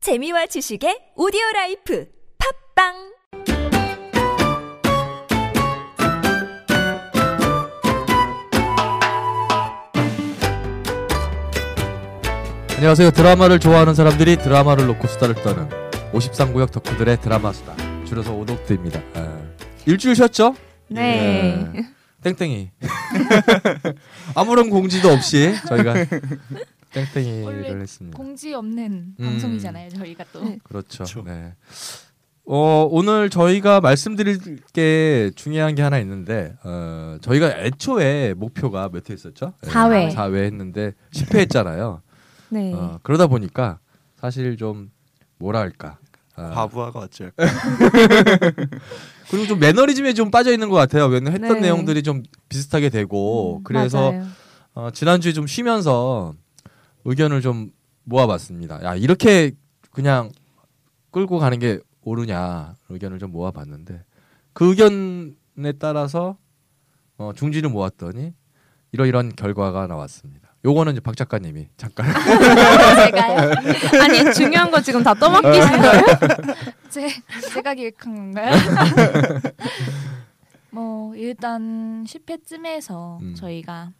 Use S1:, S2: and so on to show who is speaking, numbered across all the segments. S1: 재미와 지식의 오디오 라이프 팝빵
S2: 안녕하세요. 드라마를 좋아하는 사람들이 드라마를 놓고 수다를 떠는 53구역 덕후들의 드라마 수다. 줄여서 오독드입니다. 아, 일주일 쉬었죠?
S3: 네.
S2: 예. 땡땡이. 아무런 공지도 없이 저희가 땡땡이를
S3: 원래
S2: 했습니다.
S3: 공지 없는
S2: 음.
S3: 방송이잖아요. 저희가 또
S1: 네.
S2: 그렇죠.
S4: 그렇죠.
S2: 네. 어, 오늘 저희가 말씀드릴 게 중요한 게 하나 있는데 어, 저희가 애초에 목표가 몇 회 했었죠? 네,
S3: 사회.
S2: 4회 했는데 10회 했잖아요.
S1: 네.
S2: 어, 그러다 보니까 사실 좀 뭐랄까 아,
S4: 과부하가 어쩔
S2: 그리고 좀 매너리즘에 좀 빠져 있는 것 같아요. 왜냐 했던
S1: 네.
S2: 내용들이 좀 비슷하게 되고 그래서
S1: 맞아요.
S2: 어, 지난주에 좀 쉬면서 의견을 좀 모아봤습니다. 야 이렇게 그냥 끌고 가는 게 옳으냐 의견을 좀 모아봤는데 그 의견에 따라서 어, 중지를 모았더니 이러이런 결과가 나왔습니다. 요거는 이제 박 작가님이 잠깐
S3: 제가
S5: 아니 중요한 거 지금 다 떠맡기신 거예요?
S3: 제 제가 기획한 건가요? 뭐 일단 10회쯤에서
S2: 음.
S3: 저희가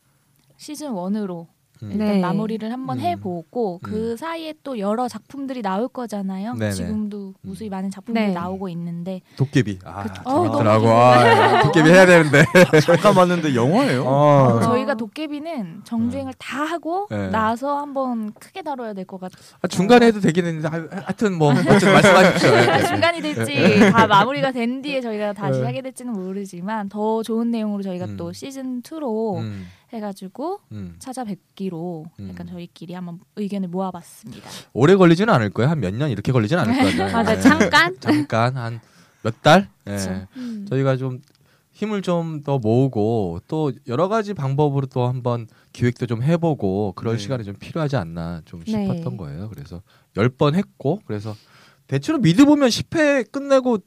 S3: 시즌 1으로
S2: 음,
S3: 일단
S5: 네.
S3: 마무리를 한번
S2: 음.
S3: 해보고 그 사이에 또 여러 작품들이 나올 거잖아요.
S2: 네네. 음.
S3: 지금도 무수히 많은 작품들이
S5: 네.
S3: 나오고 있는데
S2: 도깨비 아
S3: 어우, 너무
S2: 재밌더라고 아, 도깨비 해야 되는데
S4: 잠깐 봤는데 영화예요?
S2: 어.
S3: 저희가 도깨비는 정주행을 다 하고
S2: 네.
S3: 나서 한번 크게 다뤄야 될 것 같아요.
S2: 아, 중간에 해도 되긴 했는데 하- 하여튼 뭐 어쨌든 말씀하십시오. 예, 예.
S3: 중간이 될지 다 마무리가 된 뒤에 저희가 다시
S2: 네.
S3: 하게 될지는 모르지만 더 좋은 내용으로 저희가
S2: 음.
S3: 또 시즌 2로
S2: 음,
S3: 해가지고
S2: 음.
S3: 찾아뵙기로
S2: 음.
S3: 약간 저희끼리 한번 의견을 모아봤습니다.
S2: 오래 걸리지는 않을 거예요. 한 몇 년 이렇게 걸리지는 않을 거예요.
S5: 맞아
S2: 예.
S5: 잠깐
S2: 잠깐 한 몇 달. 예.
S3: 그쵸.
S2: 저희가 좀 힘을 좀 더 모으고 또 여러 가지 방법으로 또 한번 기획도 좀 해보고 그럴
S4: 네.
S2: 시간이 좀 필요하지 않나 좀
S5: 네.
S2: 싶었던 거예요. 그래서 열 번 했고 그래서 대체로 미드 보면 10회 끝내고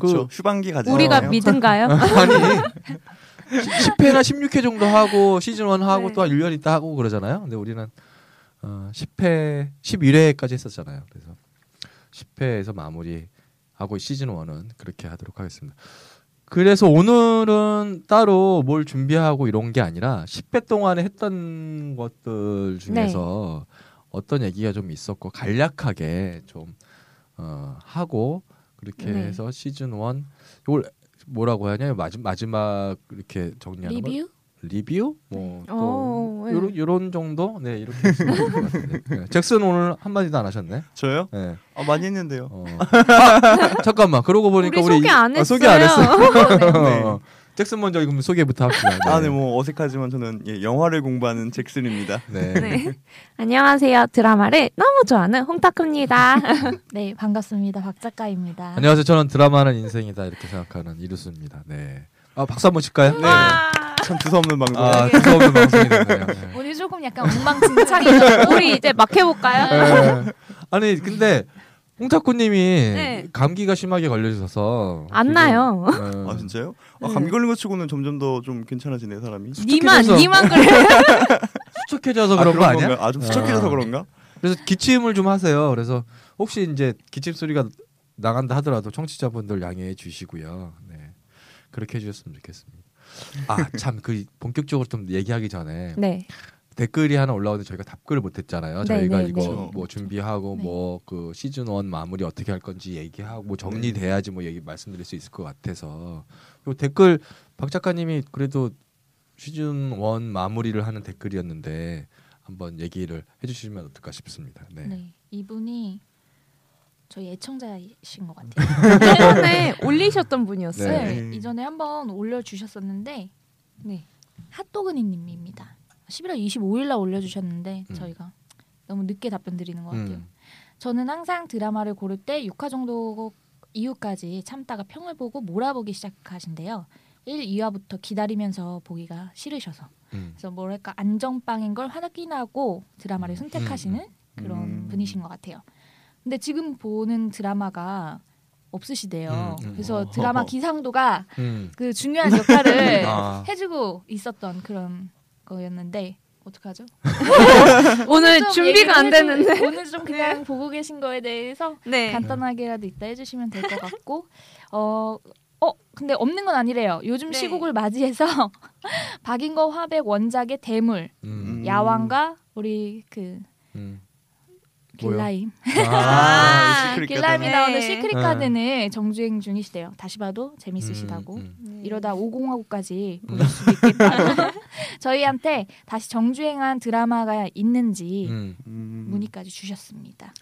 S4: 그쵸 휴방기 가지
S5: 우리가
S4: 않아요?
S5: 믿은가요?
S2: 아니 10회나 16회 정도 하고 시즌 1 하고
S3: 네.
S2: 또 한 1년 있다 하고 그러잖아요. 근데 우리는 어, 10회 11회까지 했었잖아요. 그래서 10회에서 마무리하고 시즌 1은 그렇게 하도록 하겠습니다. 그래서 오늘은 따로 뭘 준비하고 이런 게 아니라 10회 동안에 했던 것들 중에서 어떤 얘기가 좀 있었고 간략하게 좀 어, 하고 그렇게
S3: 네.
S2: 해서 시즌 1 이걸 뭐라고 하냐 마지, 마지막 이렇게 정리하는 거
S3: 리뷰?
S2: 리뷰 뭐또
S5: 네. 오, 예.
S2: 요런, 요런 정도 네 이렇게 있으면 될것 같은데. 네. 잭슨 오늘 한 마디도 안 하셨네
S4: 저요?
S2: 네.
S4: 아 많이 했는데요
S2: 어. 아, 잠깐만 그러고 보니까
S5: 우리
S2: 우리,
S5: 소개 안
S2: 아,
S5: 했어요.
S2: 소개 안 했어요
S4: 네.
S2: 어. 잭슨 먼저 그럼 소개부터 합시다
S4: 아 네 뭐 어색하지만 저는 예, 영화를 공부하는 잭슨입니다
S2: 네.
S5: 네. 안녕하세요 드라마를 너무 좋아하는 홍탁입니다.
S3: 네 반갑습니다. 박 작가입니다.
S2: 안녕하세요 저는 드라마는 인생이다 이렇게 생각하는 이루수입니다 네 아, 박수 한번 칠까요
S4: 네. 참 두서없는 방송
S2: 아
S5: 네.
S2: 두서없는 방송이 됐네요 네.
S3: 오늘 조금 약간 엉망진창이죠.
S5: 우리 이제 막 해볼까요?
S2: 예. 아니 근데 홍탁구님이
S5: 네.
S2: 감기가 심하게 걸려주셔서
S5: 안
S2: 지금,
S5: 나요.
S2: 어,
S4: 아 진짜요? 아,
S5: 네.
S4: 감기 걸린 것 치고는 점점 더 좀 괜찮아지네 사람이
S5: 니만
S2: 수척해져서-
S5: 니만 그래.
S2: 수척해져서 그런 거 아니야?
S4: 아좀 수척해져서
S2: 아.
S4: 그런가?
S2: 그래서 기침을 좀 하세요. 그래서 혹시 이제 기침 소리가 나간다 하더라도 청취자분들 양해해 주시고요. 네 그렇게 해주셨으면 좋겠습니다. 아 참 그 본격적으로 좀 얘기하기 전에
S5: 네.
S2: 댓글이 하나 올라오는데 저희가 답글을 못했잖아요.
S5: 네,
S2: 저희가
S5: 네,
S2: 이거
S4: 네.
S2: 뭐 준비하고
S3: 그렇죠. 네.
S2: 뭐 그 시즌 원 마무리 어떻게 할 건지 얘기하고 뭐 정리돼야지 뭐 얘기 말씀드릴 수 있을 것 같아서 요 댓글 박 작가님이 그래도 시즌 원 마무리를 하는 댓글이었는데 한번 얘기를 해주시면 어떨까 싶습니다. 네.
S3: 네 이분이 저희 애청자이신 것 같아요.
S5: 예전에 올리셨던 분이었어요.
S2: 네.
S3: 네. 이전에 한번 올려주셨었는데
S5: 네.
S3: 핫도그니님입니다. 11월 25일 날 올려주셨는데
S2: 음.
S3: 저희가 너무 늦게 답변 드리는 것 같아요.
S2: 음.
S3: 저는 항상 드라마를 고를 때 6화 정도 이후까지 참다가 평을 보고 몰아보기 시작하신대요. 1, 2화부터 기다리면서 보기가 싫으셔서
S2: 음.
S3: 그래서 뭐랄까 안정빵인 걸 화나끼나고 드라마를 선택하시는 그런
S4: 음.
S3: 분이신 것 같아요. 근데 지금 보는 드라마가 없으시대요.
S2: 음, 음.
S3: 그래서
S4: 어허.
S3: 드라마 기상도가
S2: 음.
S3: 그 중요한 역할을
S2: 아.
S3: 해주고 있었던 그런 거였는데 어떡하죠?
S2: 네.
S5: 오늘
S3: 좀
S5: 준비가 안
S3: 얘기를 해주-
S5: 됐는데.
S3: 오늘 좀 그냥 보고 계신 거에 대해서
S5: 네.
S3: 간단하게라도 이따 해주시면 될 것 같고 어. 어, 근데 없는 건 아니래요. 요즘
S5: 네.
S3: 시국을 맞이해서 박인거 화백 원작의 대물
S2: 음,
S4: 음.
S3: 야왕과 우리 그
S2: 음. 뭐요?
S3: 길라임
S2: 아,
S4: 시크릿
S3: 길라임이
S5: 네.
S3: 나오는 시크릿
S2: 네.
S3: 가든을 정주행 중이시대요. 다시 봐도 재밌으시다고. 네.
S2: 음, 음.
S3: 이러다 5공화국까지 보실 수 있겠다. 저희한테 다시 정주행한 드라마가 있는지
S2: 음.
S4: 음.
S3: 문의까지 주셨습니다.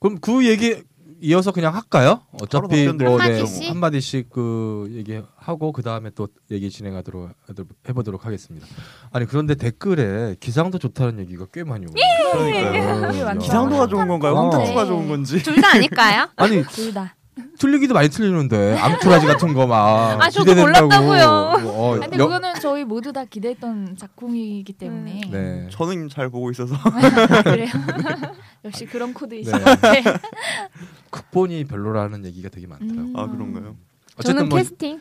S2: 그럼 그 얘기 이어서 그냥 할까요? 어차피
S4: 바로
S2: 뭐 네,
S3: 한마디씩?
S2: 한마디씩 그 얘기하고 그 다음에 또 얘기 진행하도록 하도- 해보도록 하겠습니다. 아니 그런데 댓글에 기상도 좋다는 얘기가 꽤 많이 오고.
S4: 그러니까요.
S3: 우리 완전
S4: 기상도가 좋은
S5: 아,
S4: 건가요? 황타투가
S3: 네.
S4: 좋은 건지.
S5: 둘 다 아닐까요?
S2: 아니
S3: 둘 다.
S2: 틀리기도 많이 틀리는데 암투라지 같은 거막
S5: 아, 저도 몰랐다고요.
S2: 어,
S3: 근데
S2: 여-
S3: 그거는 저희 모두 다 기대했던 작품이기
S5: 음.
S3: 때문에
S2: 네.
S4: 저는 잘 보고 있어서
S3: 그래요. 역시 그런 코드이신
S2: 네.
S3: 것 같아.
S2: 극본이 별로라는 얘기가 되게 많더라고요.
S3: 음.
S4: 아 그런가요?
S5: 저는
S2: 어쨌든 뭐
S5: 캐스팅.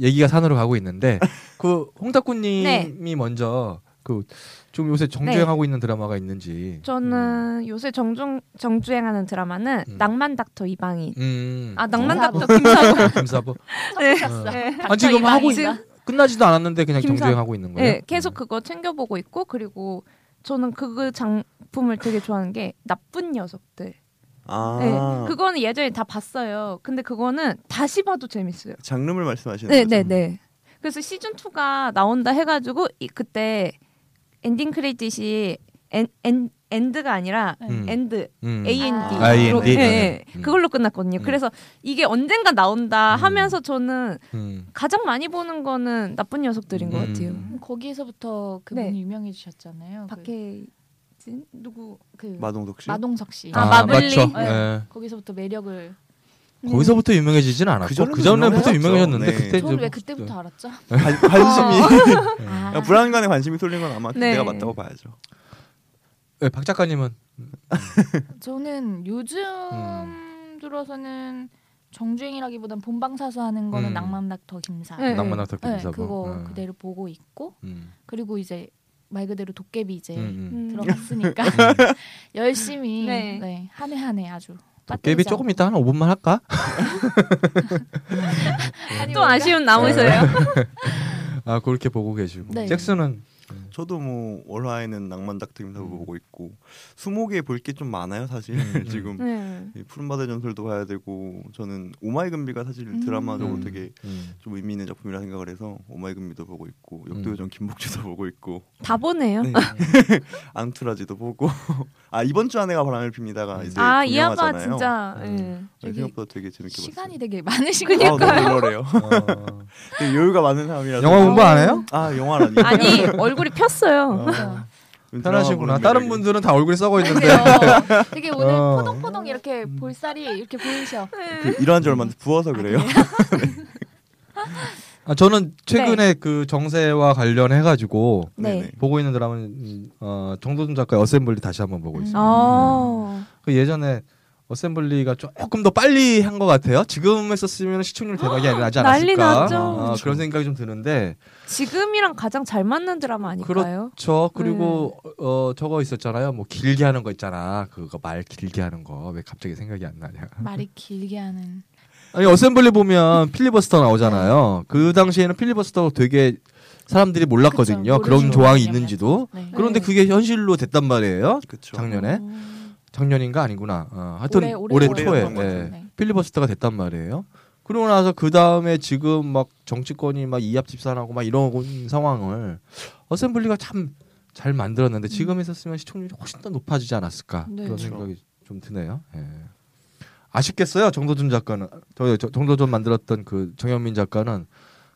S2: 얘기가 산으로 가고 있는데 그 홍탁구님이
S5: 네.
S2: 먼저 그 좀 요새 정주행하고 있는 드라마가 있는지.
S5: 저는 요새 정중 정주행하는 드라마는
S2: 음.
S5: 낭만 닥터 이방인.
S2: 음. 어,
S5: 아 낭만
S3: 김사부.
S5: 닥터 김사부.
S2: 김사부.
S5: 네.
S2: 어.
S5: 네.
S2: 아 지금 하고 있,
S5: 이방인가?
S2: 끝나지도 않았는데 그냥
S5: 김사-
S2: 정주행하고 있는 거예요?
S5: 네, 계속 그거 챙겨보고 있고 그리고 저는 그 작품을 되게 좋아하는 게 나쁜 녀석들.
S4: 아
S5: 네, 그거는 예전에 다 봤어요. 근데 그거는 다시 봐도 재밌어요.
S4: 장르를 말씀하시는
S5: 네,
S4: 거죠?
S5: 네, 네. 그래서 시즌 2가 나온다 해가지고 이, 그때 엔딩 크레딧이 엔, 엔 엔드가 아니라
S2: 음.
S5: 엔드
S2: 음.
S5: A N D
S3: 아,
S2: AND?
S5: 예,
S2: 네.
S5: 예.
S2: 음.
S5: 그걸로 끝났거든요.
S2: 음.
S5: 그래서 이게 언젠가 나온다
S2: 음.
S5: 하면서 저는
S2: 음.
S5: 가장 많이 보는 거는 나쁜 녀석들인 것
S2: 음.
S5: 같아요.
S3: 거기에서부터 그분이
S5: 네.
S3: 유명해지셨잖아요.
S5: 박해진 누구?
S3: 그, 그
S4: 마동석 씨.
S3: 마동석 씨.
S5: 아, 마블링.
S2: 맞죠.
S3: 네.
S2: 네.
S3: 거기서부터 매력을.
S2: 거기서부터 유명해지진
S4: 그
S2: 않았고
S4: 전에도
S2: 그 전부터
S4: 유명했죠.
S2: 유명해졌는데
S4: 네.
S2: 그때
S3: 저는
S2: 이제
S3: 왜 그때부터 알았죠?
S4: 관- 관심이
S2: 뭐- 네.
S4: 아, 불안감에 관심이 쏠린 건 아마
S5: 네.
S4: 내가 맞다고 봐야죠.
S2: 네, 박 작가님은
S3: 저는 요즘
S2: 음.
S3: 들어서는 정주행이라기보단 본방사수 하는 거는
S2: 음.
S3: 낭만낙 더 김사.
S5: 네.
S2: 낭만 학탁
S3: 네,
S2: 김사부.
S3: 그거
S2: 네.
S3: 그대로 보고 있고
S2: 음.
S3: 그리고 이제 말 그대로 도깨비 이제
S2: 음, 음.
S5: 음.
S3: 들어갔으니까
S2: 음.
S3: 열심히
S5: 네.
S3: 네, 한 해 한 해 아주
S2: 도깨비 조금 이따 한 5분만 할까?
S5: 또
S3: 네.
S5: 아쉬운 나오세요.
S2: 아 그렇게 보고 계시고
S3: 네.
S4: 음.
S2: 잭슨은
S4: 저도 뭐 월화에는 낭만 닥터김사부 보고 있고 스무개 볼 게 좀 많아요 사실
S2: 음, 음.
S4: 지금
S5: 네.
S4: 이 푸른바다의 전설도 봐야 되고 저는 오마이금비가 사실
S3: 음.
S4: 드라마적으로
S2: 음.
S4: 되게
S2: 음.
S4: 좀 의미 있는 작품이라 생각을 해서 오마이금비도 보고 있고
S2: 음.
S4: 역도요정 김복주도 보고 있고
S5: 다 보네요.
S4: 네. 앙투라지도 보고 아 이번 주 안에가 바람을 핍니다가
S2: 네,
S4: 이제
S5: 아, 이 아빠
S4: 공영화잖아요.
S5: 진짜. 예.
S2: 음.
S4: 네, 생각보다 되게 재밌게
S3: 시간이
S4: 봤어요.
S3: 되게 많으시군요.
S4: 아, 너무 놀래요.
S2: 어.
S4: 되게 여유가 많은 사람이라서
S2: 영화 공부 안 해요?
S4: 아 영화라니
S5: 예. 아니, 얼굴이 폈어요.
S3: 맞아요.
S2: 편하시구나. 다른 분들은 다 얼굴이 썩어 있는데
S3: 그래요. 되게 오늘
S2: 어.
S3: 포동포동 이렇게 볼살이 이렇게 보이셔.
S4: 그 일어난 지 얼마 안 돼서 부어서 그래요.
S2: 아,
S5: 네.
S2: 저는 최근에 그 정세와 관련해 가지고
S3: 네.
S4: 네네.
S2: 보고 있는 드라마는 음, 어, 정도준 작가의 어셈블리 다시 한번 보고 있습니다.
S5: 어.
S2: 그 예전에 어셈블리가 조금 더 빨리 한 것 같아요. 지금 했었으면 시청률 대박이 나지 않았을까.
S5: 난리 났죠.
S2: 아, 그런 생각이 좀 드는데.
S5: 지금이랑 가장 잘 맞는 드라마 아닐까요?
S2: 저 그리고
S5: 음.
S2: 어 저거 있었잖아요. 뭐 길게 하는 거 있잖아. 그거 말 길게 하는 거 왜 갑자기 생각이 안 나냐.
S3: 말이 길게 하는.
S2: 아니 어셈블리 보면 필리버스터 나오잖아요. 그 당시에는 필리버스터 되게 사람들이 몰랐거든요.
S3: 그쵸,
S2: 그런
S3: 모르죠.
S2: 조항이 있는지도.
S3: 네.
S2: 그런데
S5: 네.
S2: 그게 현실로 됐단 말이에요.
S4: 그렇죠.
S2: 작년에 작년인가 아니구나. 어, 하여튼
S3: 올해-
S2: 올해,
S3: 올해
S2: 초에
S4: 올해였던 것
S2: 예,
S3: 같은데.
S2: 필리버스터가 됐단 말이에요. 그러고 나서 그 다음에 지금 막 정치권이 막 이합 집산하고 막 이런 상황을 어셈블리가 참 잘 만들었는데 지금 있었으면 시청률이 훨씬 더 높아지지 않았을까
S3: 네.
S2: 그런
S3: 그렇죠.
S2: 생각이 좀 드네요. 예. 아쉽겠어요 정도준 작가는 저, 저 정도준 만들었던 그 정현민 작가는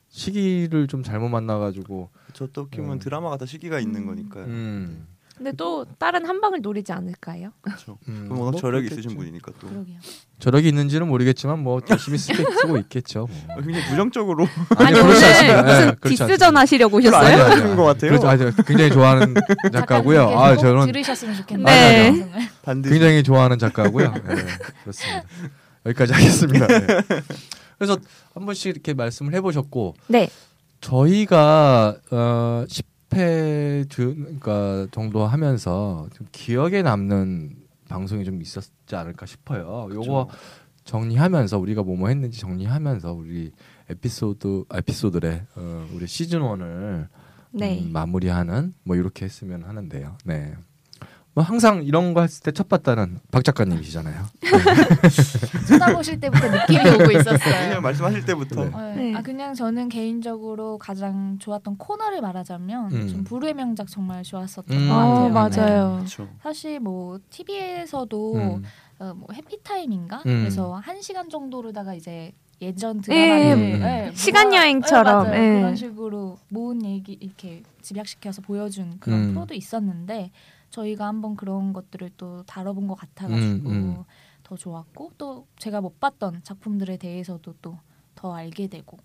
S2: 시기를 좀 잘못 만나가지고
S4: 저또 키우면
S2: 음.
S4: 드라마가 다 시기가 있는
S3: 음.
S4: 거니까요.
S2: 음,
S5: 근데 또 다른 한 방을 노리지 않을까요?
S4: 그렇죠.
S2: 음,
S4: 그럼 워낙
S2: 뭐
S4: 저력이
S2: 그렇겠죠.
S4: 있으신 분이니까 또
S3: 그러게요.
S2: 저력이 있는지는 모르겠지만 뭐 열심히 쓰- 쓰고 있겠죠. 뭐.
S4: 아, 굉장히 부정적으로
S5: 아니, 오늘
S2: 그렇지 않습니다. 예,
S5: 무슨
S2: 그렇지
S5: 디스전 하시려고 오셨어요?
S2: 아니요, 아니요,
S4: 하시는
S2: 아니요.
S4: 것 같아요.
S2: 그렇죠. 아니, 저 굉장히 좋아하는 작가고요.
S3: 작가님께서
S2: 아,
S3: 꼭
S2: 저는
S3: 들으셨으면 좋겠네요.
S5: 네.
S3: 방송을.
S4: 반드시
S2: 굉장히 좋아하는 작가고요. 예, 그렇습니다. 여기까지 하겠습니다. 예. 그래서 한 번씩 이렇게 말씀을 해보셨고
S5: 네.
S2: 저희가 어, 10 10회 주, 그러니까 정도 하면서 좀 기억에 남는 방송이 좀 있었지 않을까 싶어요.
S4: 그렇죠.
S2: 요거 정리하면서 우리가 뭐뭐 했는지 정리하면서 우리 에피소드 에피소드래 어, 우리 시즌 1을 음,
S5: 네.
S2: 마무리하는 뭐 이렇게 했으면 하는데요. 네. 뭐 항상 이런 거 했을 때 첫 봤다는 박 작가님이시잖아요.
S3: 쳐다보실 때부터 느낌이 오고 있었어요.
S4: 그냥 말씀하실 때부터
S2: 네.
S3: 네.
S5: 네.
S3: 아 그냥 저는 개인적으로 가장 좋았던 코너를 말하자면
S2: 음.
S3: 좀 불후의 명작 정말 좋았었던
S2: 음.
S3: 것
S5: 어,
S3: 같아요.
S5: 맞아요.
S4: 그렇죠.
S3: 사실 뭐 TV에서도
S2: 음.
S3: 어, 뭐 해피타임인가?
S2: 음.
S3: 그래서 한 시간 정도로다가 이제 예전
S5: 예,
S3: 드라마를
S2: 음.
S3: 예,
S5: 시간
S3: 모아-
S5: 여행처럼,
S3: 예, 맞아요.
S5: 예.
S3: 그런 식으로 모은 얘기 이렇게 집약시켜서 보여준 그런
S2: 음.
S3: 프로도 있었는데 저희가 한번 그런 것들을 또 다뤄본 것 같아가지고
S2: 음, 음.
S3: 더 좋았고 또 제가 못 봤던 작품들에 대해서도 또 더 알게 되고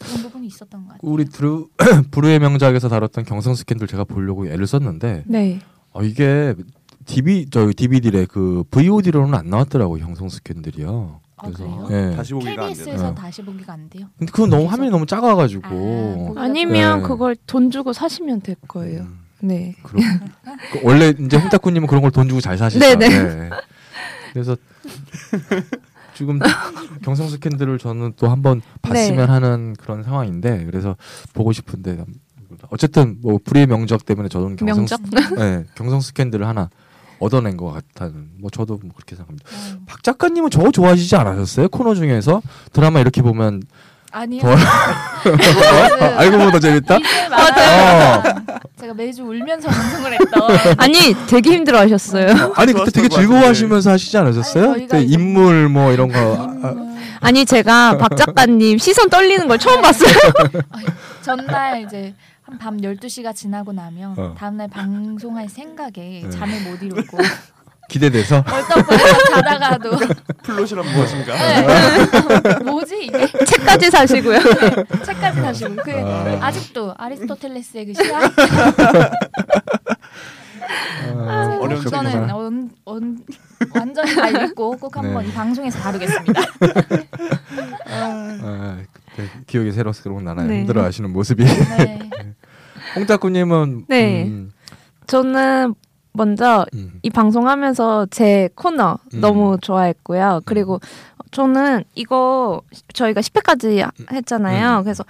S3: 그런 부분이 있었던 것 같아요.
S2: 우리 드루 브루의 명작에서 다뤘던 경성 스캔들 제가 보려고 애를 썼는데
S5: 네.
S2: 아, 이게 DB 저 DVD래 그 VOD로는 안 나왔더라고 요 경성 스캔들이요.
S3: 아, 그래요?
S2: 예.
S4: 다시 보기가 안 되나?
S3: KBS에서
S2: 되나요?
S3: 다시 보기가 안 돼요.
S2: 근데 그건 너무
S3: 그래서-
S2: 화면이 너무
S3: 아,
S2: 작아가지고
S3: 보기가
S5: 아니면
S2: 네.
S5: 그걸 돈 주고 사시면 될 거예요.
S2: 음,
S5: 네.
S2: 그렇- 그 원래 이제 홍타쿠님은 그런 걸 돈 주고 잘 사시죠.
S5: 네, 네.
S2: 네. 그래서 지금 경성 스캔들을 저는 또 한번 봤으면
S5: 네.
S2: 하는 그런 상황인데 그래서 보고 싶은데 어쨌든 뭐 불의 명작 때문에 저는 경성
S5: 명작?
S2: 네, 경성 스캔들을 하나 얻어낸 것 같다는 뭐 저도 뭐 그렇게 생각합니다.
S5: 음.
S3: 좀-
S2: 박 작가님은 저거 좋아하시지 않으셨어요? 코너 중에서 드라마 이렇게 보면
S3: 아니요.
S2: 더 아, 알고 보다 재밌다.
S3: 이제
S2: 어.
S3: 맞아요. 제가 매주 울면서 방송을 했던
S5: 아니, 되게 힘들어 하셨어요.
S2: 아니 그때 되게
S4: 좋았을 것 같은데.
S2: 즐거워하시면서 하시지 않으셨어요?
S3: 아니, 저희가
S2: 그때
S3: 이제-
S2: 인물 뭐 이런 거 아, 아,
S3: 음,
S5: 아니, 제가 박 작가님 시선 떨리는 걸 처음 봤어요.
S3: 전날 이제 한 밤 12시가 지나고 나면
S2: 어.
S3: 다음날 방송할 생각에
S2: 네.
S3: 잠을 못 이루고
S2: 기대돼서
S3: 벌떡벌떡 자다가도
S4: 플롯이란 무엇인가?
S2: 아.
S3: 네. 뭐지 이게?
S5: 책까지 사시고요.
S3: 책까지 다시고 그
S2: 아.
S3: 아직도 아리스토텔레스의 그 시야
S2: 아,
S4: 어려운
S3: 저는
S2: 그렇구나.
S3: 언, 언, 완전히 다 읽고 꼭 한번
S2: 네.
S3: 이 방송에서 다루겠습니다.
S2: 아, 그때 기억이 새록새록 나나요?
S5: 네.
S2: 힘들어하시는 모습이
S3: 네.
S2: 홍탁구님은
S5: 네.
S2: 음,
S5: 저는 먼저
S2: 음,
S5: 이 방송하면서 제 코너
S2: 음.
S5: 너무 좋아했고요. 그리고 저는 이거 저희가 10회까지 했잖아요.
S2: 음.
S5: 그래서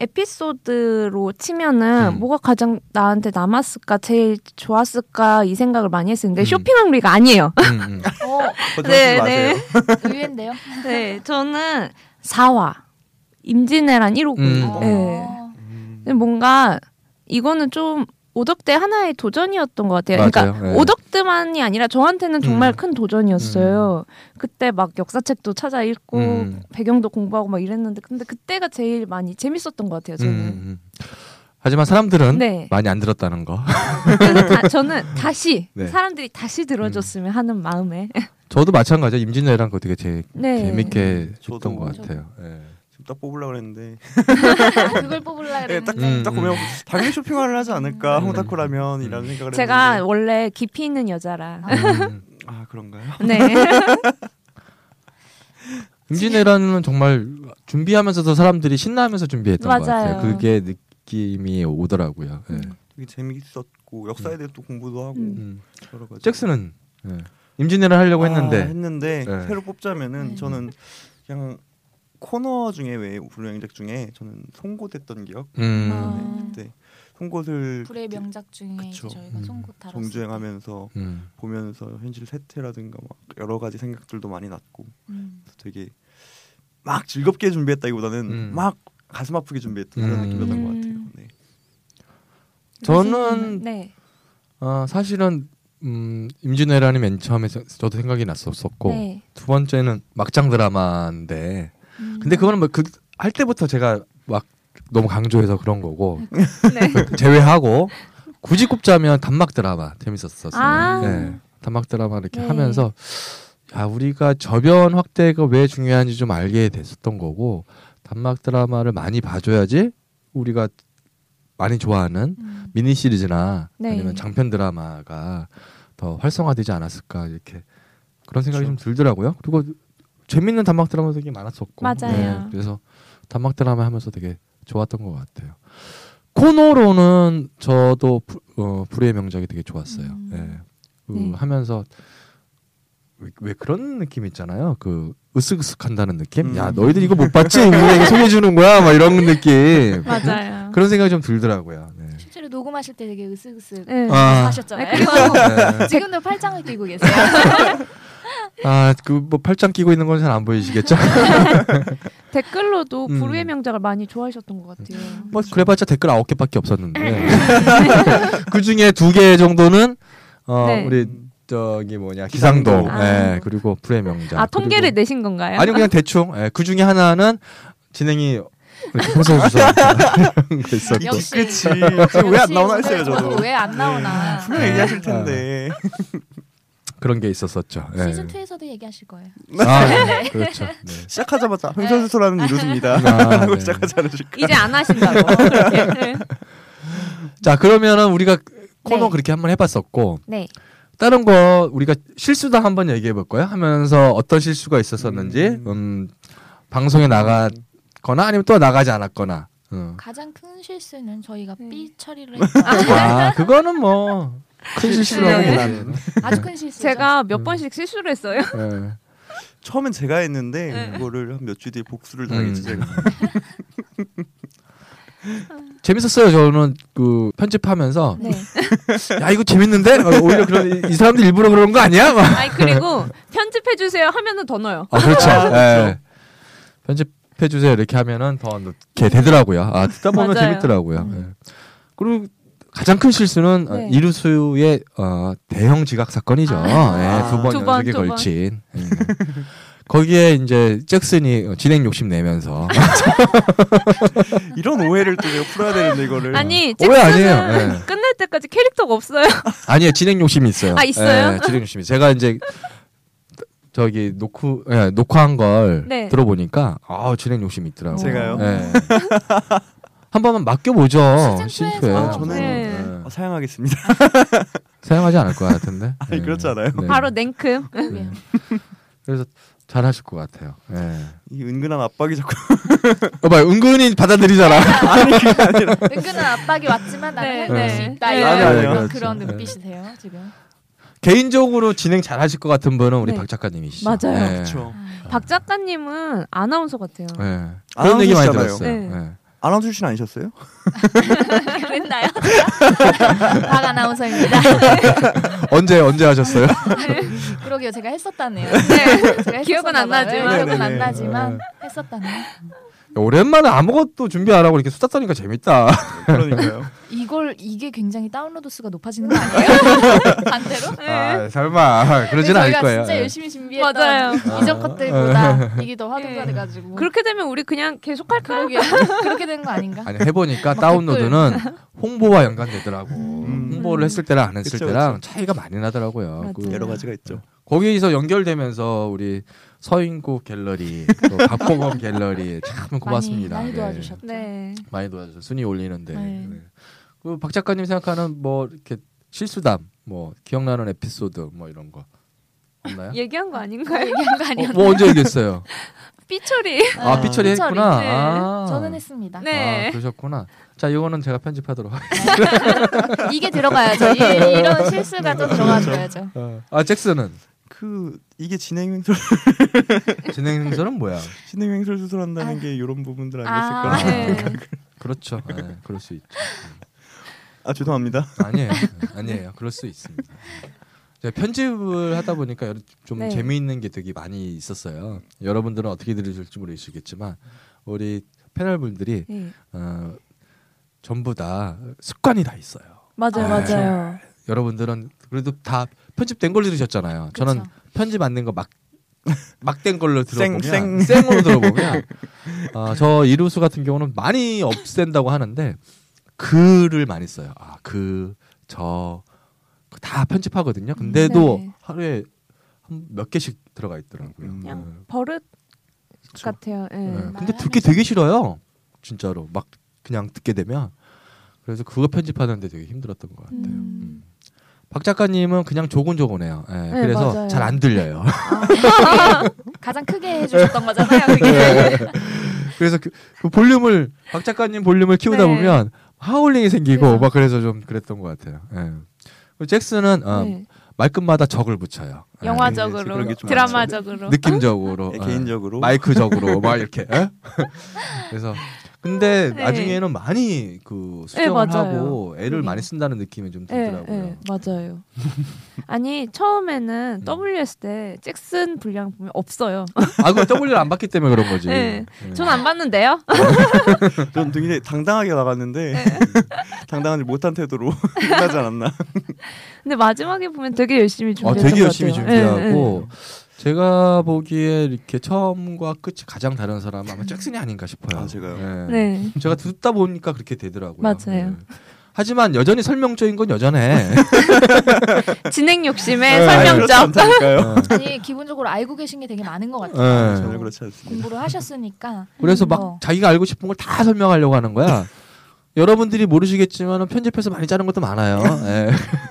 S5: 에피소드로 치면은
S2: 음.
S5: 뭐가 가장 나한테 남았을까, 제일 좋았을까 이 생각을 많이 했었는데
S2: 음.
S5: 쇼핑왕리가 아니에요.
S2: 음, 음.
S3: 어,
S4: 거짓말하지
S5: 네,
S4: 마세요.
S3: 의외인데요.
S5: 네, 저는 4화 임진왜란 1호군.
S2: 음.
S3: 어.
S5: 네.
S4: 음.
S5: 근데 뭔가 이거는 좀 오덕대 하나의 도전이었던 것 같아요.
S2: 맞아요.
S5: 그러니까
S2: 네.
S5: 오덕대만이 아니라 저한테는 정말
S2: 음.
S5: 큰 도전이었어요. 그때 막 역사책도 찾아 읽고
S2: 음.
S5: 배경도 공부하고 막 이랬는데 근데 그때가 제일 많이 재밌었던 것 같아요.
S2: 음,
S5: 저는.
S2: 음. 하지만 사람들은
S5: 네.
S2: 많이 안 들었다는 거.
S5: 그래서 다- 저는 다시
S2: 네.
S5: 사람들이 다시 들어줬으면 하는 마음에.
S2: 저도 마찬가지예요. 임진왜란 거 되게 제,
S5: 네.
S2: 재밌게
S4: 음, 저도
S2: 했던 것
S3: 저도.
S2: 같아요. 예.
S4: 지금 딱 뽑으려고 그랬는데
S3: 아, 그걸 뽑으려고
S4: 예, 딱,
S3: 그랬는데
S2: 음.
S4: 딱 보면 당연히 쇼핑화를 하지 않을까
S2: 음.
S4: 홍타쿠라면 이런 생각을
S5: 음. 제가
S4: 했는데
S5: 원래 깊이 있는 여자라.
S2: 음.
S4: 아 그런가요?
S5: 네.
S2: 임진왜란은 정말 준비하면서도 사람들이 신나면서 준비했던 것 같아요.
S5: 맞아요.
S2: 그게 느낌이 오더라고요. 예.
S5: 음.
S4: 되게 재밌었고 역사에 대해 또 공부도 하고
S5: 음.
S2: 음.
S4: 여러 가지.
S2: 잭슨은 예. 임진왜란 하려고
S4: 아,
S2: 했는데
S4: 했는데
S2: 네.
S4: 새로 뽑자면은
S3: 네.
S4: 저는 그냥 코너 중에 왜 불량작 중에 저는 송곳했던 기억
S2: 음.
S5: 아.
S4: 네. 송곳을
S3: 불의 명작 중에 이제
S4: 그쵸.
S3: 저희가
S2: 음.
S3: 송곳 다뤘을
S4: 정주행하면서
S2: 음.
S4: 보면서 현실 세태라든가 막 여러 가지 생각들도 많이 났고
S3: 때. 음.
S4: 되게 막 즐겁게 준비했다기보다는
S2: 음.
S4: 막 가슴 아프게 준비했던 그런
S2: 음.
S4: 느낌이었던 것 같아요.
S5: 음.
S4: 네.
S2: 저는
S5: 네.
S2: 어, 사실은 음, 임진왜란이 맨 처음에 저- 저도 생각이 났었었고
S5: 네.
S2: 두 번째는 막장 드라마인데
S5: 음.
S2: 근데 그거는 뭐 그 할 때부터 제가 막 너무 강조해서 그런 거고 그
S5: 네.
S2: 제외하고 굳이 꼽자면 단막 드라마 재밌었었어요.
S5: 아.
S2: 네. 단막 드라마 이렇게
S5: 네.
S2: 하면서 야 우리가 저변 확대가 왜 중요한지 좀 알게 됐었던 거고 단막 드라마를 많이 봐줘야지 우리가 많이 좋아하는
S3: 음.
S2: 미니 시리즈나
S5: 네.
S2: 아니면 장편 드라마가 더 활성화되지 않았을까 이렇게 그런 생각이 좀
S4: 그렇죠.
S2: 들더라고요. 그리고 재밌는 단막 드라마 되게 많았었고, 네,
S5: 맞아요.
S2: 그래서 단막 드라마 하면서 되게 좋았던 것 같아요. 코너로는 저도 부, 어, 불의 명작이 되게 좋았어요.
S3: 음.
S2: 예. 그
S5: 네.
S2: 하면서 왜, 왜 그런 느낌 있잖아요. 그 으쓱으쓱한다는 느낌.
S4: 음.
S2: 야 너희들 이거 못 봤지? 우리가 이거 소개해 주는 거야. 막 이런 느낌.
S5: 맞아요.
S2: 그런 생각이 좀 들더라고요. 네.
S3: 실제로 녹음하실 때 되게 으쓱으쓱
S5: 네.
S2: 아,
S3: 하셨잖아요.
S5: 그리고
S2: 네.
S3: 지금도 팔짱을 끼고 계세요.
S2: 아, 그 뭐 팔짱 끼고 있는 건 잘 안 보이시겠죠?
S5: 댓글로도
S2: 음.
S5: 불후의 명작을 많이 좋아하셨던 것 같아요.
S2: 뭐 그래봤자 댓글 아홉 개밖에
S5: 네.
S2: 없었는데 그 중에 두 개 정도는 어
S5: 네.
S2: 우리 저기 뭐냐 기상도,
S4: 기상도.
S5: 아.
S2: 예, 그리고 불의 명작.
S5: 아 통계를
S2: 그리고-
S5: 내신 건가요?
S2: 아니 그냥 대충 예, 그 중에 하나는 진행이 이렇게 평소에 주셨다 이런 거 있었고.
S3: 역시.
S4: 그치 지금 왜 안 나오나 했어요
S2: 네.
S4: 저도
S3: 왜 안 나오나.
S5: 네.
S4: 분명 얘기하실 텐데
S2: 아. 그런 게 있었었죠. 예.
S3: 시즌 2에서도 얘기하실 거예요.
S2: 아, 네. 그렇죠. 네.
S4: 시작하자마자 흥선수소라는 이루입니다
S2: 아,
S4: 하고
S2: 네.
S4: 시작하지 않으실까
S5: 이제 안 하신다고. 네. 그렇게.
S2: 자 그러면은 우리가 코너
S5: 네.
S2: 그렇게 한번 해봤었고
S5: 네.
S2: 다른 거 우리가 실수도 한번 얘기해 볼까요? 하면서 어떤 실수가 있었었는지
S4: 음.
S2: 음, 방송에 나갔거나 아니면 또 나가지 않았거나. 음.
S3: 가장 큰 실수는 저희가
S5: 네.
S3: 삐 처리를 했죠.
S2: 아 그거는 뭐. 큰 실수로
S5: 네.
S2: 하기보다는
S3: 아주 큰 실수.
S5: 제가 몇
S2: 음.
S5: 번씩 실수를 했어요.
S2: 예.
S4: 처음엔 제가 했는데
S5: 네.
S4: 그거를 한 몇 주 뒤에 복수를 당했지
S2: 음.
S4: 제가
S2: 재밌었어요. 저는 그 편집하면서
S3: 네.
S2: 야 이거 재밌는데 어, 오히려 그런 이- 이 사람들 일부러 그런 거 아니야? 막.
S5: 아니 그리고 편집해 주세요 하면은 더 넣어요.
S2: 아 그렇죠.
S4: 아, 그렇죠.
S2: 예.
S5: 그렇죠.
S2: 편집해 주세요 이렇게 하면은 더 넣게 되더라고요. 아 듣다 보면
S5: 음. 맞아요.
S2: 재밌더라고요.
S3: 음.
S2: 예. 그리고 가장 큰 실수는 어,
S5: 네.
S2: 이루수의 어, 대형 지각 사건이죠.
S5: 아.
S2: 예, 두번
S5: 두 번,
S2: 연속에
S5: 두 번.
S2: 걸친. 예. 거기에 이제 잭슨이 진행 욕심 내면서
S4: 이런 오해를 또 내가 네. 풀어야 되는데 이거를
S5: 아니
S2: 오해 아니에요.
S5: 잭슨은
S2: 예.
S5: 끝날 때까지 캐릭터가 없어요.
S2: 아니요 진행 욕심이 있어요.
S5: 아, 있어요?
S2: 예, 진행 욕심이. 제가 이제 저기 녹화 예, 녹화한 걸
S5: 네.
S2: 들어보니까 아 진행 욕심이 있더라고요.
S4: 제가요?
S2: 예. 한 번만 맡겨보죠.
S3: 시즌
S2: 신투에.
S3: 투에서.
S4: 아, 저는-
S5: 네.
S4: 어, 사양하겠습니다
S2: 사용하지 않을 것 같은데.
S4: 아니, 그렇지 않아요?
S2: 네.
S5: 바로 냉큼.
S3: 아.
S2: 네. 그래서 잘하실 것 같아요. 예.
S4: 이 은근한 압박이 자꾸
S2: 어, 봐 은근히 받아들이잖아.
S3: 은근한 압박이 왔지만 나는
S5: 네,
S3: 해볼 수
S5: 네.
S3: 있다.
S5: 네.
S3: 이런
S4: 아니요,
S3: 그런
S2: 아니요.
S3: 그런
S2: 그렇죠.
S3: 눈빛이세요 지금.
S2: 개인적으로 진행 잘하실 것 같은 분은 우리
S5: 네.
S2: 박 작가님이시죠.
S5: 맞아요.
S2: 예.
S4: 그렇죠
S5: 박 작가님은 아나운서 같아요.
S2: 예. 그런 얘기 많이 들었어요.
S5: 아나운서시잖아요.
S2: 예.
S4: 아나운서 출신 아니셨어요?
S3: 그랬나요? 박 아나운서입니다.
S2: 언제 언제 하셨어요?
S3: 그러게요. 제가 했었다네요.
S5: 네.
S3: 제가
S5: 기억은
S3: 했었나
S5: 안
S3: 봐요.
S5: 나지만.
S3: 기억은 안
S4: 네네네.
S3: 나지만 했었다네요.
S2: 오랜만에 아무것도 준비 안 하고 이렇게 수다 떠니까 재밌다.
S4: 그러니까요
S3: 이걸 이게 굉장히 다운로드 수가 높아지는 거 아니에요? 반대로?
S2: 아, 설마
S3: 근데
S2: 그러진 않을
S3: 네. 저희가
S2: 거예요. 어.
S3: 진짜
S2: 예.
S3: 열심히 준비했던
S5: 맞아요.
S3: 이전 것들보다 이게 더 화두가
S5: 예.
S3: 돼가지고
S5: 그렇게 되면 우리 그냥 계속 할까?
S3: 그러게요. 그렇게 된 거 아닌가?
S2: 예. 아니 해보니까 다운로드는 홍보와 연관되더라고.
S4: 음.
S2: 홍보를 했을 때랑 안 했을
S4: 그쵸,
S2: 때랑 차이가 많이 나더라고요.
S5: 맞아요.
S2: 그
S4: 여러 가지가 있죠
S2: 거기서 연결되면서 우리 서인구 갤러리, 또 박보검 갤러리 참 고맙습니다.
S3: 많이, 많이
S2: 네.
S3: 도와주셨죠.
S5: 네.
S2: 많이 도와주셔서 순위 올리는데.
S3: 네.
S2: 그 박 작가님 생각하는 뭐 이렇게 실수담, 뭐 기억나는 에피소드 뭐 이런 거 없나요?
S5: 얘기한 거 아닌가요?
S3: 얘기한 거
S2: 어,
S3: 예, 아니었나요? 네.
S2: 뭐 언제 얘기했어요?
S5: 삐처리.
S2: 아,
S4: 아,
S2: 삐처리
S3: 삐처리.
S2: 했구나.
S5: 네.
S2: 아.
S3: 저는 했습니다.
S5: 네.
S2: 아, 그러셨구나. 자, 이거는 제가 편집하도록 하겠습니다.
S3: 이게 들어가야죠. 이, 이런 실수가 또 들어가줘야죠.
S2: 아, 잭슨은
S4: 그 이게 진행횡설
S2: 진행 행선은 뭐야?
S4: 진행횡설 수술한다는 게 이런 부분들
S3: 아,
S4: 아니겠을까
S5: 네.
S2: 그렇죠. 예, 그럴 수 있죠.
S4: 아 죄송합니다
S2: 아니에요. 예, 아니에요. 그럴 수 있습니다. 제가 편집을 하다 보니까 여러- 좀
S5: 네.
S2: 재미있는 게 되게 많이 있었어요. 여러분들은 어떻게 들으실지 모르시겠지만 우리 패널분들이
S5: 네.
S2: 어, 전부 다 습관이 다 있어요.
S5: 맞아요,
S2: 아,
S5: 맞아요.
S2: 여러분들은 그래도 다 편집된 걸 들으셨잖아요. 저는
S3: 그쵸.
S2: 편집 안 된 거 막 막된 걸로
S4: 생,
S2: 들어보면 으로 들어보면 아, 저 이루수 같은 경우는 많이 없앤다고 하는데 글을 많이 써요. 아, 그, 저, 그다 편집하거든요. 근데도
S5: 네.
S2: 하루에 한 몇 개씩 들어가 있더라고요.
S4: 음.
S5: 그냥 버릇
S4: 그쵸.
S5: 같아요. 예.
S2: 네.
S3: 음.
S2: 근데 듣기 되게 싫어요. 진짜로 막 그냥 듣게 되면 그래서 그거 편집하는데 되게 힘들었던 것 같아요.
S3: 음.
S2: 박 작가님은 그냥 조곤조곤해요. 예,
S5: 네,
S2: 그래서
S5: 맞아요. 네.
S2: 잘 안 들려요.
S3: 가장 크게 해주셨던 거잖아요. 그게.
S2: 그래서 그, 그 볼륨을 박 작가님 볼륨을 키우다
S5: 네.
S2: 보면 하울링이 생기고
S3: 그래서.
S2: 막 그래서 좀 그랬던 것 같아요. 예. 그리고 잭슨은 어,
S5: 네.
S2: 말끝마다 적을 붙여요. 예.
S4: 네,
S5: 영화적으로
S4: 그런 게좀
S5: 드라마적으로
S2: 느낌적으로
S4: 예,
S2: 예.
S4: 개인적으로
S2: 마이크적으로 막 이렇게. 예? 그래서 근데
S5: 네.
S2: 나중에는 많이 그 수정을
S5: 맞아요. 음.
S2: 하고 애를 많이 쓴다는 느낌이 좀
S5: 예,
S2: 들더라고요.
S5: 예, 맞아요. 아니 처음에는 WS 때 잭슨 분량 보면 없어요.
S2: 아, 그 W를 안 받기 때문에 그런 거지.
S5: 네.
S2: 예.
S5: 전 안 봤는데요.
S4: 전 되게 당당하게 나갔는데
S5: 네.
S4: 당당하지 못한 태도로 끝나지 않았나.
S5: 근데 마지막에 보면 되게 열심히
S2: 아,
S5: 준비했던
S2: 되게
S5: 것
S2: 열심히
S5: 같아요. 예,
S2: 준비하고 제가 보기에 이렇게 처음과 끝이 가장 다른 사람은 아마 잭슨이 아닌가 싶어요.
S4: 아, 제가요?
S5: 예, 예, 예. 네.
S2: 제가 듣다 보니까 그렇게 되더라고요.
S5: 맞아요.
S2: 네. 하지만 여전히 설명적인 건 여전해.
S5: 진행 욕심의
S2: 네,
S4: 그렇지
S5: 설명점.
S2: 어.
S4: 않다니까요.
S3: 아니 기본적으로 알고 계신 게 되게 많은 것 같아요.
S2: 네.
S4: 전혀 그렇지 않습니다.
S3: 공부를 하셨으니까
S2: 그래서
S3: 음,
S2: 막
S3: 어.
S2: 자기가 알고 싶은 걸 다 설명하려고 하는 거야. 여러분들이 모르시겠지만 편집해서 많이 짜는 것도 많아요. 예.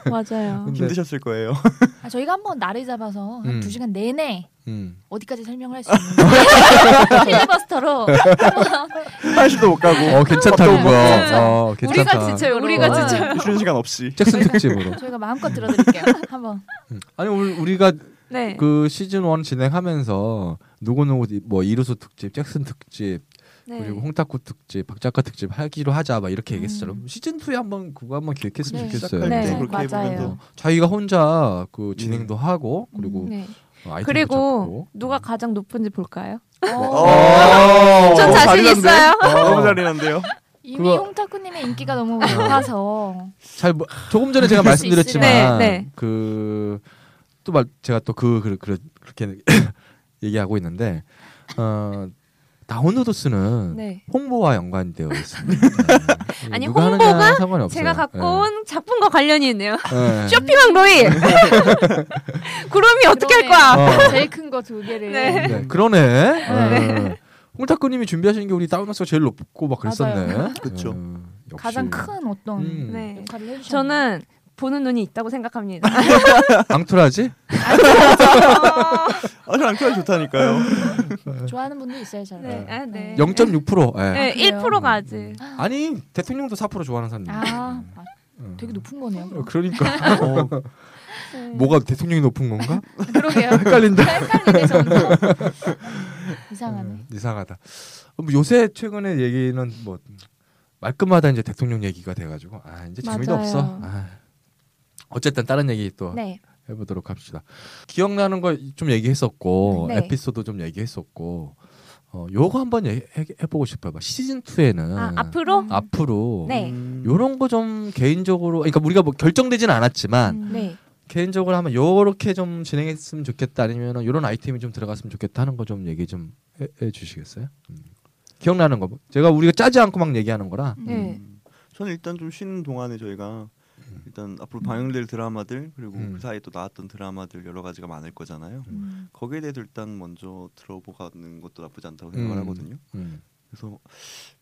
S5: 맞아요.
S2: 근데,
S4: 힘드셨을 거예요.
S3: 아, 저희가 한번 날을 잡아서 한
S2: 음.
S3: 두 시간 내내
S2: 음.
S3: 어디까지 설명을 할 수 있는지 필리버스터로
S4: 화장실도 못 가고
S2: 어 괜찮다는 거.
S3: 괜찮죠?
S2: 어, 괜찮다.
S5: 네. 우리가 지쳐요.
S2: 아,
S5: 우리가
S3: 어.
S5: 지쳐요.
S4: 쉬는 시간 없이
S2: 잭슨 특집으로.
S3: 저희가 마음껏 들어드릴게요. 한번
S2: 음. 아니 오늘 우리가
S5: 네.
S2: 그 시즌 1 진행하면서 누구누구 뭐 이루소 특집, 잭슨 특집,
S5: 네.
S2: 그리고 홍타쿠 특집, 박작가 특집 하기로 하자 막 이렇게 얘기했잖아요. 시즌 2에 한번 그거 한번 기획했으면
S3: 네.
S2: 좋겠어요.
S5: 음. 네.
S4: 그렇게
S3: 맞아요.
S4: 해보면서
S2: 자기가 혼자 그 진행도 하고 그리고
S5: 네.
S2: 어, 아이템도
S5: 그리고
S2: 잡고. 음.
S5: 누가 가장 높은지 볼까요?
S3: 어,
S4: 어,
S5: 전 자신
S4: 잔인한데?
S5: 있어요.
S4: 너무 잔인한데요.
S3: 이미
S2: 그거- 어.
S3: 홍타쿠님의 인기가 너무 높아서
S2: 잘 모- 조금 전에 제가
S3: 그럴 수
S2: 말씀드렸지만
S5: 네, 네.
S2: 그. 또 말, 제가 또 그 그, 그, 그렇게 얘기하고 있는데 어, 다운로드스는
S5: 네.
S2: 홍보와 연관되어 있습니다. 네.
S5: 아니,
S2: 누가 하느냐
S5: 홍보가
S2: 상관이 없어요. 네.
S5: 제가 갖고 온 작품과 관련이 있네요.
S2: 예.
S5: 쇼핑왕 로이. 구름이 어떻게 할
S3: 그러네.
S5: 거야?
S2: 어.
S3: 제일 큰 거 두 개를
S5: 네.
S2: 네, 그러네. 네. 홍타쿠님이 준비하신 게 우리 다운로스가 제일 높고 막 그랬었네.
S3: 맞아요.
S4: 그쵸.
S2: 어, 역시.
S3: 가장 큰 어떤
S2: 음.
S5: 네.
S3: 역할을 해주셨
S5: 저는 보는 눈이 있다고 생각합니다.
S2: 앙투라지?
S4: 아주 안 켜도 좋다니까요.
S3: 좋아하는 분도 있어요, 잘.
S5: 네. 아, 네.
S2: 0.6%. 예.
S5: 네,
S3: 그래요?
S5: 1%가 아직.
S2: 아니 대통령도 4% 좋아하는 사람이.
S3: 아, 아,
S2: 음.
S3: 되게 높은 거네요.
S2: 어,
S3: 그럼.
S2: 그러니까 어,
S5: 네.
S2: 뭐가 대통령이 높은 건가?
S3: 그러게요.
S2: 헷갈린다.
S3: 헷갈리네 저는. 이상하네.
S2: 음, 이상하다. 어, 뭐 요새 최근에 얘기는 뭐 말끝마다 이제 대통령 얘기가 돼가지고 아 이제 재미도
S5: 맞아요.
S2: 없어. 아. 어쨌든 다른 얘기 또
S5: 네.
S2: 해보도록 합시다. 기억나는 거 좀 얘기했었고
S5: 네.
S2: 에피소드 좀 얘기했었고 어, 요거 한번 얘기, 해, 해보고 싶어요. 막 시즌 2에는
S5: 아, 앞으로?
S3: 음.
S2: 앞으로
S5: 네.
S4: 음.
S2: 요런 거 좀 개인적으로 그러니까 우리가 뭐 결정되진 않았지만
S3: 음.
S5: 네.
S2: 개인적으로 하면 요렇게 좀 진행했으면 좋겠다 아니면 요런 아이템이 좀 들어갔으면 좋겠다 하는 거 좀 얘기 좀 해, 주시겠어요? 음. 기억나는 거 뭐? 제가 우리가 짜지 않고 막 얘기하는 거라
S3: 음.
S5: 네.
S4: 저는 일단 좀 쉬는 동안에 저희가 일단 앞으로 방영될 드라마들 그리고
S2: 음.
S4: 그 사이에 또 나왔던 드라마들 여러 가지가 많을 거잖아요.
S3: 음.
S4: 거기에 대해서 일단 먼저 들어보가는 것도 나쁘지 않다고 생각을
S2: 음.
S4: 하거든요.
S2: 음.
S4: 그래서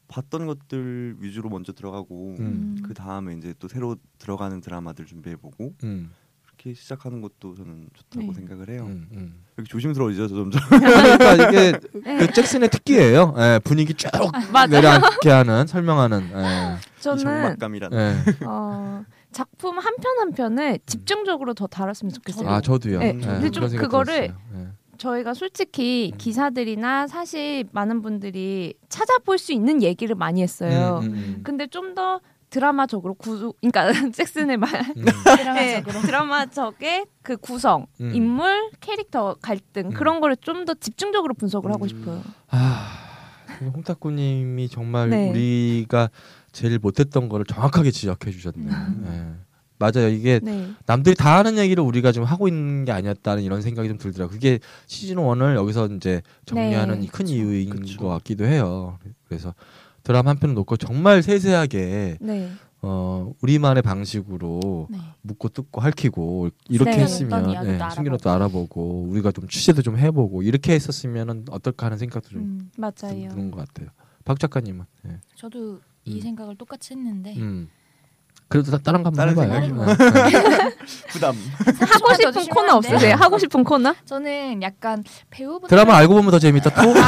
S4: 봤던 것들 위주로 먼저 들어가고
S2: 음.
S4: 그 다음에 이제 또 새로 들어가는 드라마들 준비해보고
S2: 음.
S4: 그렇게 시작하는 것도 저는 좋다고
S5: 네.
S4: 생각을 해요.
S2: 음. 음.
S4: 여기 조심스러워지죠, 저 점점.
S2: 그러니까 이게 그 잭슨의 특기예요. 예, 분위기 쭉 내려앉게 하는 설명하는. 예,
S4: 이
S5: 저는
S4: 정막감이라는.
S2: 예.
S5: 어, 작품 한 편 한 편을 집중적으로 더 다뤘으면 좋겠어요.
S2: 아 저도요.
S5: 네,
S2: 예,
S4: 근데
S2: 그런
S5: 좀
S2: 생각
S5: 그거를
S2: 들었어요. 예.
S5: 저희가 솔직히 기사들이나 사실 많은 분들이 찾아볼 수 있는 얘기를 많이 했어요.
S2: 음, 음,
S5: 근데 좀 더 드라마적으로 구조, 그러니까 잭슨의 말
S2: 음.
S5: 네,
S3: 드라마적으로.
S5: 드라마적의 그 구성,
S2: 음.
S5: 인물, 캐릭터 갈등
S2: 음.
S5: 그런 거를 좀 더 집중적으로 분석을 하고
S4: 음.
S5: 싶어요.
S2: 아, 홍탁구님이 정말
S5: 네.
S2: 우리가 제일 못했던 거를 정확하게 지적해 주셨네요.
S5: 음.
S2: 예. 맞아요. 이게
S5: 네,
S2: 남들이 다 하는 얘기를 우리가 지금 하고 있는 게 아니었다는 이런 생각이 좀 들더라고요. 그게 시즌 1을 여기서 이제 정리하는
S5: 네,
S2: 큰 이유인
S4: 그쵸.
S2: 것 같기도 해요. 그래서 드라마 한 편을 놓고 정말 세세하게
S5: 네,
S2: 어, 우리만의 방식으로
S3: 네.
S2: 묻고 뜯고 핥히고 이렇게
S5: 네.
S2: 했으면
S3: 숨겨놓던 이야기도 알아보고.
S2: 숨겨놓은 또 알아보고 우리가 좀 취재도 좀 해보고 이렇게 했었으면 어떨까 하는 생각도 좀
S3: 음.
S5: 맞아요. 네.
S2: 드는 것 같아요. 박 작가님은 예.
S3: 저도 이
S2: 음.
S3: 생각을 똑같이 했는데
S2: 음. 그래도 다- 다른 거 한번
S4: 다른
S2: 해봐요. 예. 네.
S4: 부담.
S5: 하고 싶은 코너 없으세요? 하고 싶은 코너?
S3: 저는 약간 배우분
S2: 드라마 알고 보면 더 재밌다. 토.
S5: 아.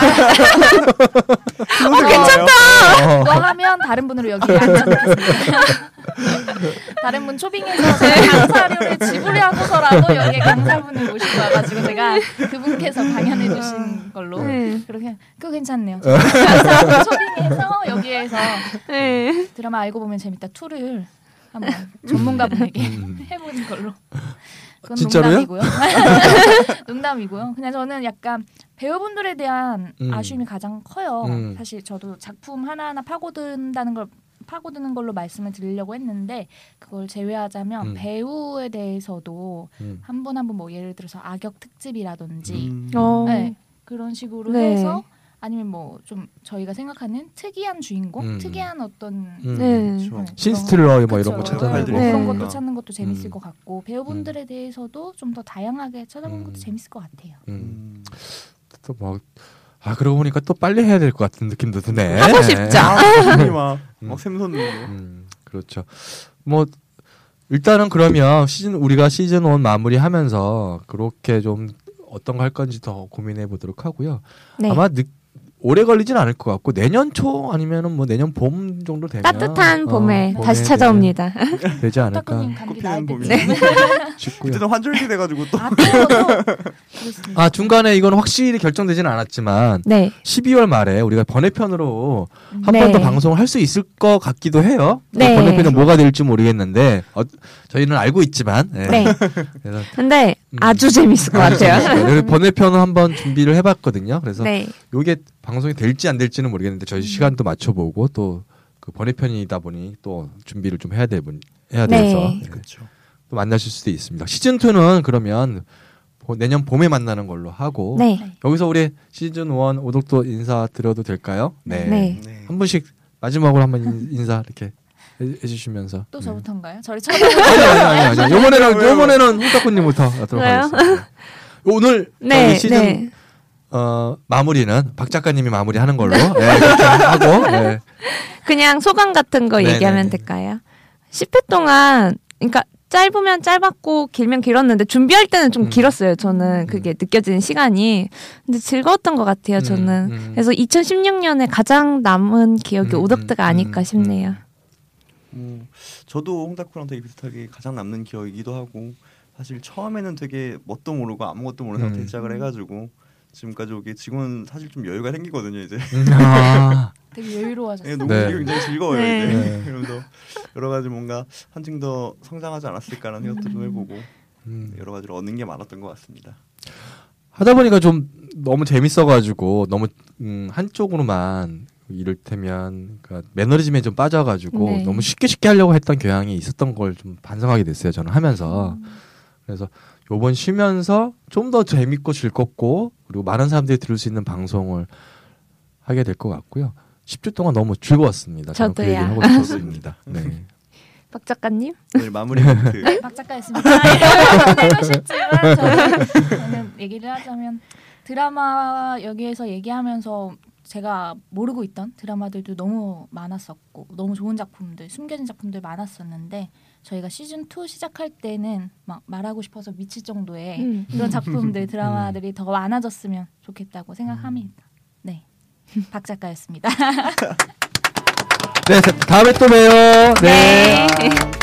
S4: 괜찮다.
S2: 어.
S3: 원하면 다른 분으로 여기 앉혀놓겠습니다. 다른 분 초빙해서
S5: 네.
S3: 제 강사료를 지불하고서라도 여기 강사분을 모시고 와가지고 제가 그분께서 강연해 주신 걸로
S5: 네.
S3: 그렇게 그거 괜찮네요. 강사 초빙해서 여기에서
S5: 네.
S3: 드라마 알고 보면 재밌다 2를 한번 전문가분에게 해보는 걸로. 그건
S2: 음. 진짜로요?
S3: 농담이고요. 농담이고요. 그냥 저는 약간 배우분들에 대한
S2: 음.
S3: 아쉬움이 가장 커요.
S2: 음.
S3: 사실 저도 작품 하나하나 파고든다는 걸 파고드는 걸로 말씀을 드리려고 했는데 그걸 제외하자면
S2: 음.
S3: 배우에 대해서도
S2: 음.
S3: 한 분 한 분 뭐 예를 들어서 악역 특집이라든지
S5: 어.
S3: 네, 그런 식으로
S5: 네.
S3: 해서 아니면 뭐 좀 저희가 생각하는 특이한 주인공,
S2: 음.
S3: 특이한 어떤
S2: 음.
S5: 네.
S4: 그렇죠.
S2: 신스틸러 뭐
S3: 그쵸.
S2: 이런 거
S4: 그쵸.
S2: 찾아내고.
S4: 네.
S3: 그런 것도
S4: 네.
S3: 찾는 것도 재밌을
S2: 음.
S3: 것 같고 배우분들에 대해서도 좀 더 다양하게
S2: 음.
S3: 찾아보는 것도 재밌을 것 같아요.
S2: 음.
S4: 음.
S2: 또 뭐 아, 그러고 보니까 또 빨리 해야 될 것 같은 느낌도 드네.
S5: 하고 싶죠.
S4: 손이 아, 막,
S2: 음.
S4: 막 샘솟는데.
S2: 음, 그렇죠. 뭐 일단은 그러면 시즌 우리가 시즌 1 마무리하면서 그렇게 좀 어떤 거 할 건지 더 고민해 보도록 하고요.
S5: 네.
S2: 아마 늦, 오래 걸리진 않을 것 같고 내년 초 아니면은 뭐 내년 봄 정도 되면
S5: 네. 따뜻한
S2: 어,
S5: 봄에 다시
S2: 되면
S5: 찾아옵니다.
S2: 되지 않을까
S3: 딱딱님 감기
S4: 꽃피는
S3: 나을
S4: 봄이.
S3: 때쯤
S2: 싶고요.
S4: 그때는 환절기 돼가지고 또
S3: 아 뜨거워서 그렇습니다.
S2: 아 중간에 이건 확실히 결정되지는 않았지만
S5: 네.
S2: 12월 말에 우리가 번외편으로
S3: 음.
S2: 한 번 더
S5: 네.
S2: 방송을 할 수 있을 것 같기도 해요.
S5: 네.
S2: 번외편은 뭐가 될지 모르겠는데 어, 저희는 알고 있지만 예.
S5: 네.
S2: 그래서
S5: 근데
S2: 음.
S5: 아주 재밌을 것 같아요.
S2: 그래서 네, 번외편을 한번 준비를 해봤거든요. 그래서
S5: 네.
S2: 요게 방송이 될지 안 될지는 모르겠는데
S5: 음.
S2: 저희 시간도 맞춰보고 또 그 번외편이다 보니 또 준비를 좀 해야 되 해야
S5: 네.
S2: 돼서
S4: 그렇죠.
S2: 또 만나실 수도 있습니다. 시즌 2는 그러면 보- 내년 봄에 만나는 걸로 하고
S5: 네.
S2: 여기서 우리 시즌 1 오독도 인사 드려도 될까요?
S5: 네.
S4: 네.
S2: 한 분씩 마지막으로 한번 인- 인사 이렇게 해, 해주시면서
S3: 또
S2: 네.
S3: 저부터인가요? 저를 쳐다보고
S2: 아니 아니 아니 아니 요번에는
S4: 왜요?
S2: 요번에는 후딱구님부터 하도록
S5: 왜요?
S2: 하겠습니다. 오늘
S5: 네.
S2: 저희 시즌
S5: 네.
S2: 어, 마무리는 박 작가님이 마무리하는 걸로 네, 그렇게 하고 네.
S5: 그냥 소감 같은 거
S2: 네네네.
S5: 얘기하면 될까요? 10회 동안, 그러니까 짧으면 짧았고 길면 길었는데 준비할 때는 좀
S2: 음.
S5: 길었어요. 저는 그게 느껴지는 시간이. 근데 즐거웠던 것 같아요. 저는.
S2: 음, 음.
S5: 그래서 2016년에 가장 남은 기억이
S2: 음,
S5: 오덕드가
S2: 음,
S5: 아닐까
S2: 음,
S5: 싶네요.
S4: 뭐 저도 홍다쿠랑 되게 비슷하게 가장 남는 기억이기도 하고 사실 처음에는 되게 뭣도 모르고 아무것도 모르는
S2: 음.
S4: 상태에 시작을 해가지고 지금까지 오게 지금은 사실 좀 여유가 생기거든요 이제
S2: 음, 아,
S3: 되게 여유로워졌어요.
S4: 네, 녹음
S2: 네.
S4: 네. 굉장히 즐거워요
S5: 네.
S4: 이제
S2: 네.
S4: 그러면서 여러 가지 뭔가 한층 더 성장하지 않았을까라는 생각도 좀 해보고
S2: 음.
S4: 여러 가지로 얻는 게 많았던 것 같습니다.
S2: 하다 보니까 좀 너무 재밌어가지고 너무 음, 한쪽으로만 이를테면 그러니까 매너리즘에 좀 빠져가지고
S5: 네.
S2: 너무 쉽게 쉽게 하려고 했던 경향이 있었던 걸 좀 반성하게 됐어요. 저는 하면서
S5: 음.
S2: 그래서 요번 쉬면서 좀 더 재밌고 즐겁고 그리고 많은 사람들이 들을 수 있는 방송을 하게 될 것 같고요. 10주 동안 너무 즐거웠습니다. 저는 그
S5: 저도요.
S2: 얘기를 하고 싶었습니다. 네.
S5: 박 작가님?
S4: 오늘 마무리 멘트
S3: 박 작가였습니다. 아, 하고 싶지만 저는, 저는 얘기를 하자면 드라마 여기에서 얘기하면서 제가 모르고 있던 드라마들도 너무 많았었고 너무 좋은 작품들 숨겨진 작품들 많았었는데 저희가 시즌 2 시작할 때는 막 말하고 싶어서 미칠 정도의 그런 작품들 드라마들이 더 많아졌으면 좋겠다고 생각합니다. 네, 박 작가였습니다.
S2: 네, 다음에 또 봬요. 네.
S5: 네.